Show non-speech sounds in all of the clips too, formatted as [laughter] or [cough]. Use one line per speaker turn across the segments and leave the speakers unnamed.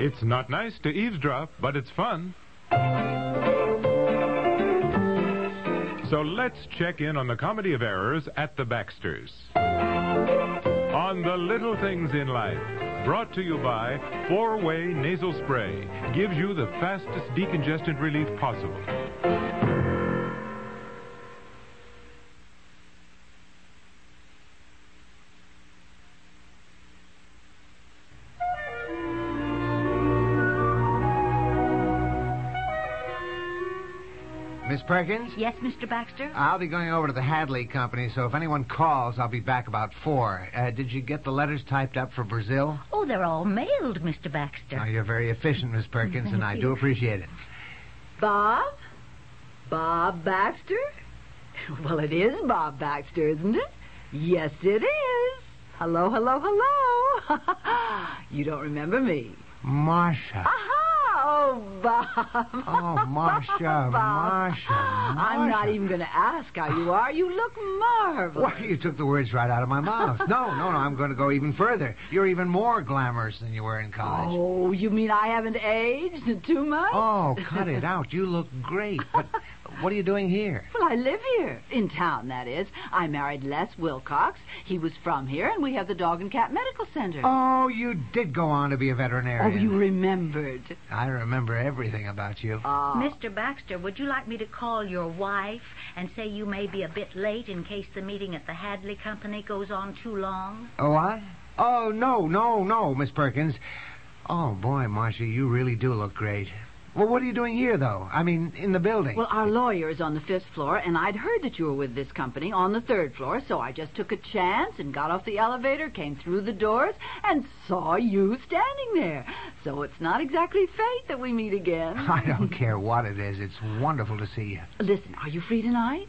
It's not nice to eavesdrop, but it's fun. So let's check in on the comedy of errors at the Baxters. On the little things in life, brought to you by Four Way Nasal Spray, gives you the fastest decongestant relief possible.
Miss Perkins?
Yes, Mr. Baxter?
I'll be going over to the Hadley Company, so if anyone calls, I'll be back about four. Uh, did you get the letters typed up for Brazil?
Oh, they're all mailed, Mr. Baxter.
Now, you're very efficient, Miss Perkins, and I do appreciate it.
Bob? Bob Baxter? Well, it is Bob Baxter, isn't it? Yes, it is. Hello, hello, hello. [laughs] you don't remember me.
Marsha.
Aha! Oh, Bob.
Oh,
[laughs]
Marsha,
Bob.
Marsha,
I'm not
Marsha.
even going to ask how you are. You look marvelous.
Well, you took the words right out of my mouth. No, no, no, I'm going to go even further. You're even more glamorous than you were in college.
Oh, you mean I haven't aged too much?
Oh, cut it out. You look great. But what are you doing here?
Well, I live here. In town, that is. I married Les Wilcox. He was from here, and we have the Dog and Cat Medical Center.
Oh, you did go on to be a
Oh,
veterinarian.
you remembered.
I remember everything about you.
Ah.
Mr. Baxter, would you like me to call your wife and say you may be a bit late in case the meeting at the Hadley Company goes on too long?
Oh, what? Oh, no, no, no, Miss Perkins. Oh, boy, Marcia, you really do look great. Well, what are you doing here, though? I mean, in the building.
Well, our lawyer is on the fifth floor, and I'd heard that you were with this company on the third floor, so I just took a chance and got off the elevator, came through the doors, and saw you standing there. So it's not exactly fate that we meet
[laughs] [laughs]
again.
I don't care what it is. It's wonderful to see you.
Listen, are you free tonight?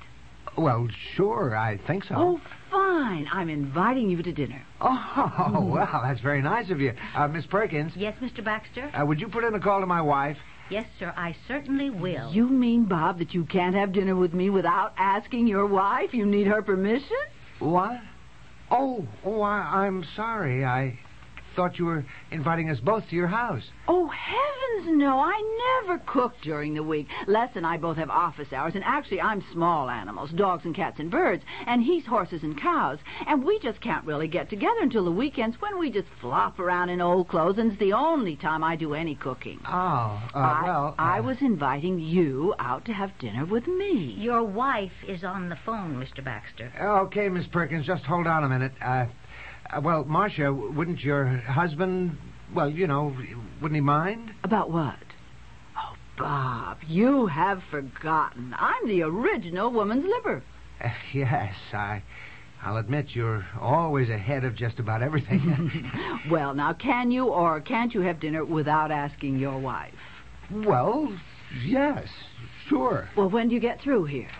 Well, sure, I think so.
Oh, fine. I'm inviting you to dinner.
[laughs] Oh, well, that's very nice of you. Uh, Miss Perkins,
Yes, Mr. Baxter?
uh, would you put in a call to my wife?
Yes, sir, I certainly will.
You mean, Bob, that you can't have dinner with me without asking your wife? You need her permission?
What? Oh, oh, I, I'm sorry. I thought you were inviting us both to your house.
Oh, heavens no. I never cook during the week. Les and I both have office hours, and actually, I'm small animals dogs and cats and birds, and he's horses and cows. And we just can't really get together until the weekends when we just flop around in old clothes, and it's the only time I do any cooking.
Oh, uh,
I,
well.
I
uh,
was inviting you out to have dinner with me.
Your wife is on the phone, Mr. Baxter.
Okay, Miss Perkins, just hold on a minute. Uh, uh, well, Marcia, w- wouldn't your husband, well, you know, wouldn't he mind? [laughs]
About what? Oh, Bob, you have forgotten. I'm the original woman's liver.
Uh, yes, I, I'll admit you're always ahead of just about
[laughs]
everything.
Well, now, can you or can't you have dinner without asking your wife?
well, yes, sure.
Well, when do you get through here?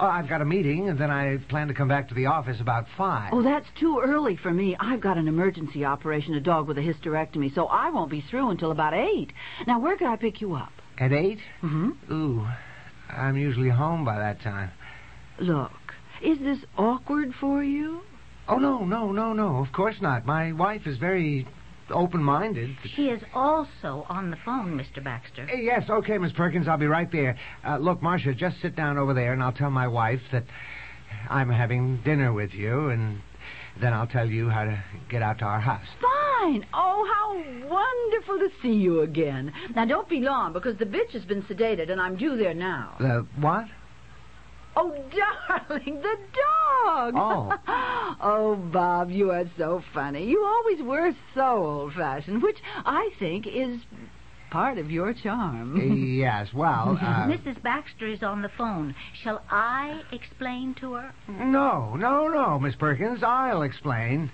Uh, I've got a meeting, and then I plan to come back to the office about five.
Oh, that's too early for me. I've got an emergency operation, a dog with a hysterectomy, so I won't be through until about eight. Now, where could I pick you up?
At eight?
Mm-hmm.
Ooh, I'm usually home by that time.
Look, is this awkward for you?
Oh no, no, no, no. Of course not. My wife is very open-minded.
She is also on the phone, Mr. Baxter.
Uh, Yes, okay, Miss Perkins. I'll be right there. Uh, look, Marcia, just sit down over there, and I'll tell my wife that I'm having dinner with you, and then I'll tell you how to get out to our house.
Fine. Oh, how wonderful to see you again. Now, don't be long because the bitch has been sedated and I'm due there now.
The
[laughs]
what?
Oh, darling, the dog.
Oh.
[laughs]
oh, Bob, you are so funny. You always were so old fashioned, which I think is part of your
Uh,
charm.
yes, well,
[laughs]
uh,
Mrs. Baxter is on the phone. Shall I explain to her?
no, no, no, Miss Perkins. I'll explain.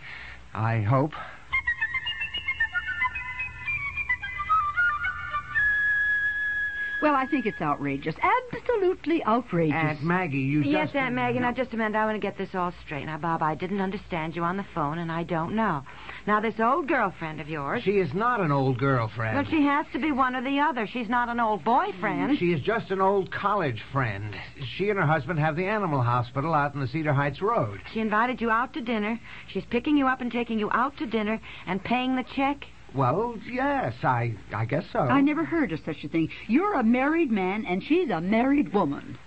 I hope.
Well, I think it's outrageous. Absolutely outrageous.
Aunt Maggie, you
Yes,
just...
Aunt Maggie. Now, just a minute. I want to get this all straight. Now, Bob, I didn't understand you on the phone, and I don't know. Now, this old girlfriend of yours.
She is not an old girlfriend.
Well, she has to be one or the other. She's not an old boyfriend.
She is just an old college friend. She and her husband have the animal hospital out in the Cedar Heights Road.
She invited you out to dinner. She's picking you up and taking you out to dinner and paying the check.
Well, yes, I I guess so.
I never heard of such a thing. You're a married man, and she's a married woman.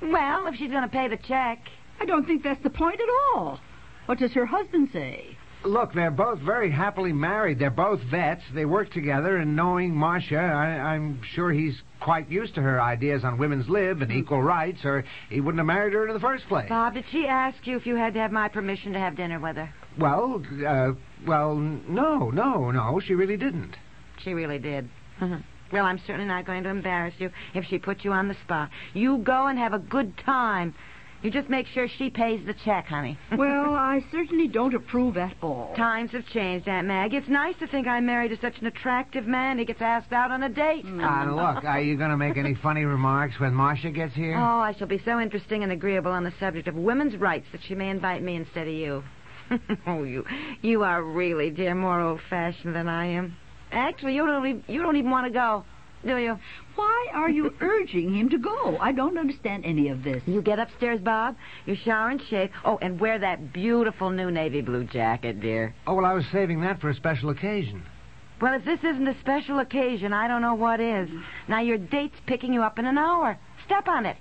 Well, if she's going to pay the check.
I don't think that's the point at all. What does her husband say?
Look, they're both very happily married. They're both vets. They work together, and knowing Marcia, I, I'm sure he's quite used to her ideas on women's lib and equal rights, or he wouldn't have married her in the first place.
Bob, did she ask you if you had to have my permission to have dinner with her?
Well, uh, well, no, no, no, she really didn't.
She really did. Mm-hmm. well, I'm certainly not going to embarrass you if she put you on the spot. You go and have a good time. You just make sure she pays the check, honey.
Well, I certainly don't approve at all.
Times have changed, Aunt Mag. It's nice to think I'm married to such an attractive man. He gets asked out on a date.
Uh, look, are you going to make any funny remarks when Marcia gets here?
Oh, I shall be so interesting and agreeable on the subject of women's rights that she may invite me instead of you. [laughs] oh, you, you are really, dear, more old-fashioned than I am. Actually, you don't, even, you don't even want to go, do you?
Why are you urging him to go? I don't understand any of this.
You get upstairs, Bob. You shower and shave. Oh, and wear that beautiful new navy blue jacket, dear.
Oh, well, I was saving that for a special occasion.
Well, if this isn't a special occasion, I don't know what is. Now your date's picking you up in an hour. Step on it.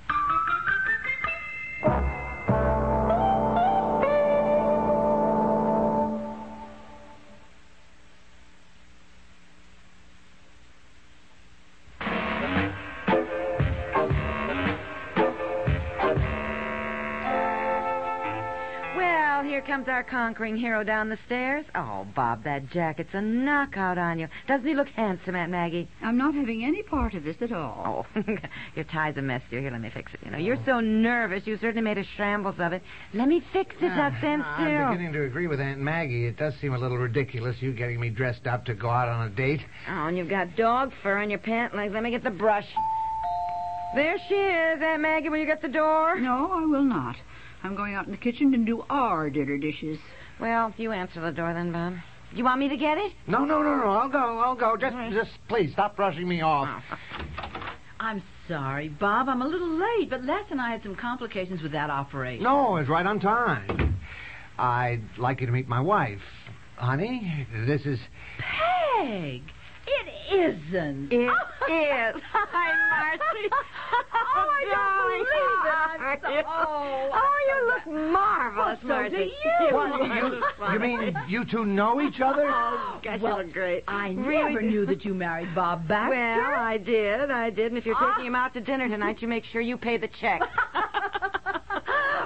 Well, here comes our conquering hero down the stairs. Oh, Bob, that jacket's a knockout on you. Doesn't he look handsome, Aunt Maggie?
I'm not having any part of this at all.
Oh, [laughs] your tie's a mess, dear. Here, let me fix it. You know, you're so nervous. You certainly made a shambles of it. Let me fix it up, then,
Uh-huh. I'm
still.
beginning to agree with Aunt Maggie. It does seem a little ridiculous, you getting me dressed up to go out on a date.
Oh, and you've got dog fur on your pant legs. Let me get the brush. There she is, Aunt Maggie. Will you get the door?
No, I will not. I'm going out in the kitchen to do our dinner dishes.
Well, you answer the door then, Bob. You want me to get it?
No, no, no, no. I'll go. I'll go. Just, just please stop brushing me off.
Ah,
I'm sorry, Bob. I'm a little late, but Les and I had some complications with that operation.
No, it's right on time. I'd like you to meet my wife, honey. This is.
Peg! It isn't.
It is. [laughs] Hi, Marcy.
[laughs] Oh, I don't
Darling,
believe it. I'm so-
how
oh,
are you?
I'm
Oh, you look marvelous,
so
Marcy.
do you.
look
you, you
funny.
mean you two know each other?
Gosh,
Well,
you look great.
I
really
never
do.
knew that you married Bob Baxter.
Well, I did, I did. And if
Ah.
you're taking him out to dinner tonight, you make sure you pay the
[laughs]
check.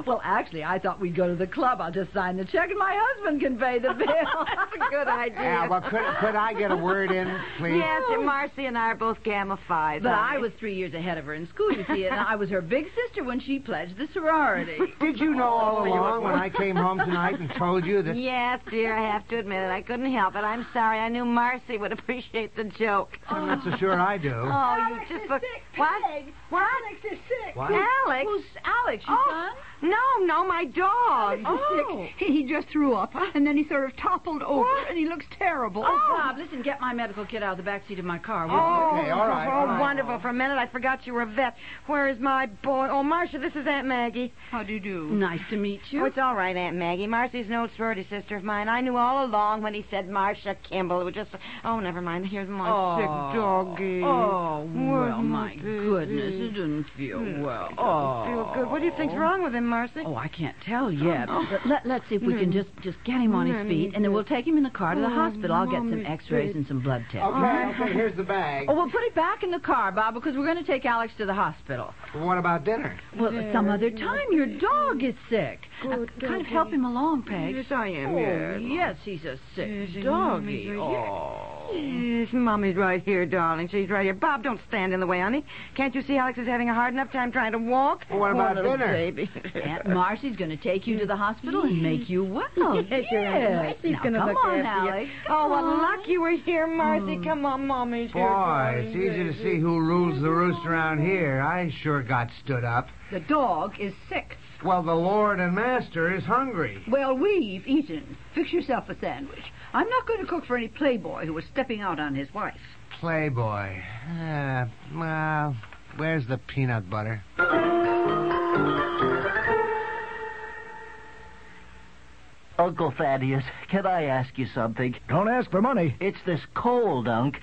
Well, actually, I thought we'd go to the club. I'll just sign the check and my husband can pay the bill.
[laughs] That's a good idea.
Yeah, well, could, could I get a word in, please?
yes, and Marcy and I are both gamma five.
but I was three years ahead of her in school, you see, and I was her big sister when she pledged the sorority.
Did you know
Oh,
all along when I came home tonight and told you that?
Yes, dear, I have to admit it. I couldn't help it. I'm sorry. I knew Marcy would [laughs] appreciate the joke.
Oh,
I'm not so sure I do.
Oh, you just look. What? What?
What?
Alex?
Who's Alex, your
Oh, no, no, my dog.
Oh.
Sick. He, he just threw up, and then he sort of toppled over, and he looks terrible.
Oh, Bob, listen, get my medical kit out of the back seat of my car. will you?
Oh,
Okay, all right,
oh,
all right.
wonderful. For a minute, I forgot you were a vet. Where is my boy? Oh, Marcia, this is Aunt Maggie.
How do you do?
Nice to meet you.
Oh, it's all right, Aunt Maggie. Marcy's an old sorority sister of mine. I knew all along when he said Marcia Kimball. It was just, oh, never mind. Here's my
Oh.
sick doggy.
Oh,
Where's
well, my
baby?
goodness, it doesn't feel well. Oh,
Feel good. What do you think's wrong with him, Marcy?
Oh, I can't tell yet.
Oh.
But let, let's see if we
Mm-hmm.
can just just get him on his feet, and then we'll take him in the car to the hospital. I'll get some X-rays and some blood tests.
Okay, okay, here's the bag.
Oh, well, put it back in the car, Bob, because we're going to take Alex to the hospital.
What about dinner?
Well, some other time. Your dog is sick. Uh, kind of help him along, Peg.
I am,
Oh, yes, he's a sick doggy. Oh.
Yes, Mommy's right here, darling. She's right here. Bob, don't stand in the way, honey. Can't you see Alex is having a hard enough time trying to walk?
What about
Poor Oh, little
dinner? [laughs]
baby?
Aunt Marcy's going to take you to the hospital and make you well.
[laughs] Yes, you're right. Marcy's
Now,
gonna
come
look
on,
after you.
Alex.
Oh, well, luck you were here, Marcy. Come on, Mommy's here.
Boy,
darling.
it's easy to see who rules the roost around here. I sure got stood up.
The dog is sick.
Well, the Lord and Master is hungry.
Well, we've eaten. Fix yourself a sandwich. I'm not going to cook for any playboy who was stepping out on his wife.
Playboy. Uh, well, where's the peanut butter?
Uncle Thaddeus, can I ask you something?
Don't ask for money. Hmm.
It's this cold, Unc.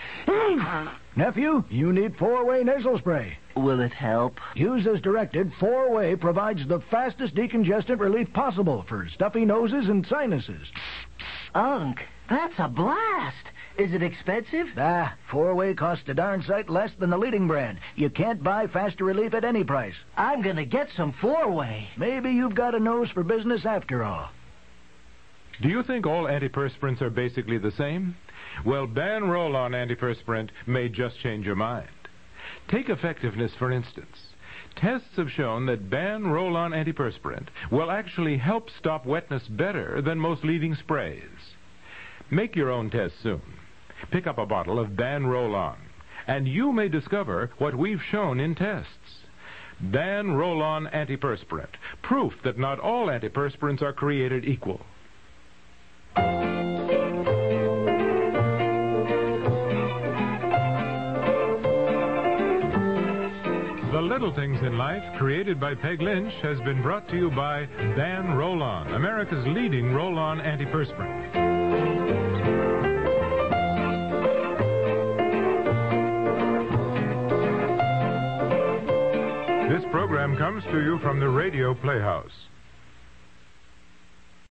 Nephew, you need four-way nasal spray.
Will it help?
Used as directed, four-way provides the fastest decongestant relief possible for stuffy noses and sinuses.
Unc, that's a blast. Is it expensive?
Ah, four-way costs a darn sight less than the leading brand. You can't buy faster relief at any price.
I'm going to get some four-way.
Maybe you've got a nose for business after all.
Do you think all antiperspirants are basically the same? Well, ban roll-on antiperspirant may just change your mind. Take effectiveness, for instance. Tests have shown that ban roll-on antiperspirant will actually help stop wetness better than most leading sprays. Make your own test soon. Pick up a bottle of ban roll-on, and you may discover what we've shown in tests. Ban roll-on antiperspirant, proof that not all antiperspirants are created equal. The Little Things in Life, created by Peg Lynch, has been brought to you by Dan Roll-On, America's leading roll-on antiperspirant. This program comes to you from the Radio Playhouse.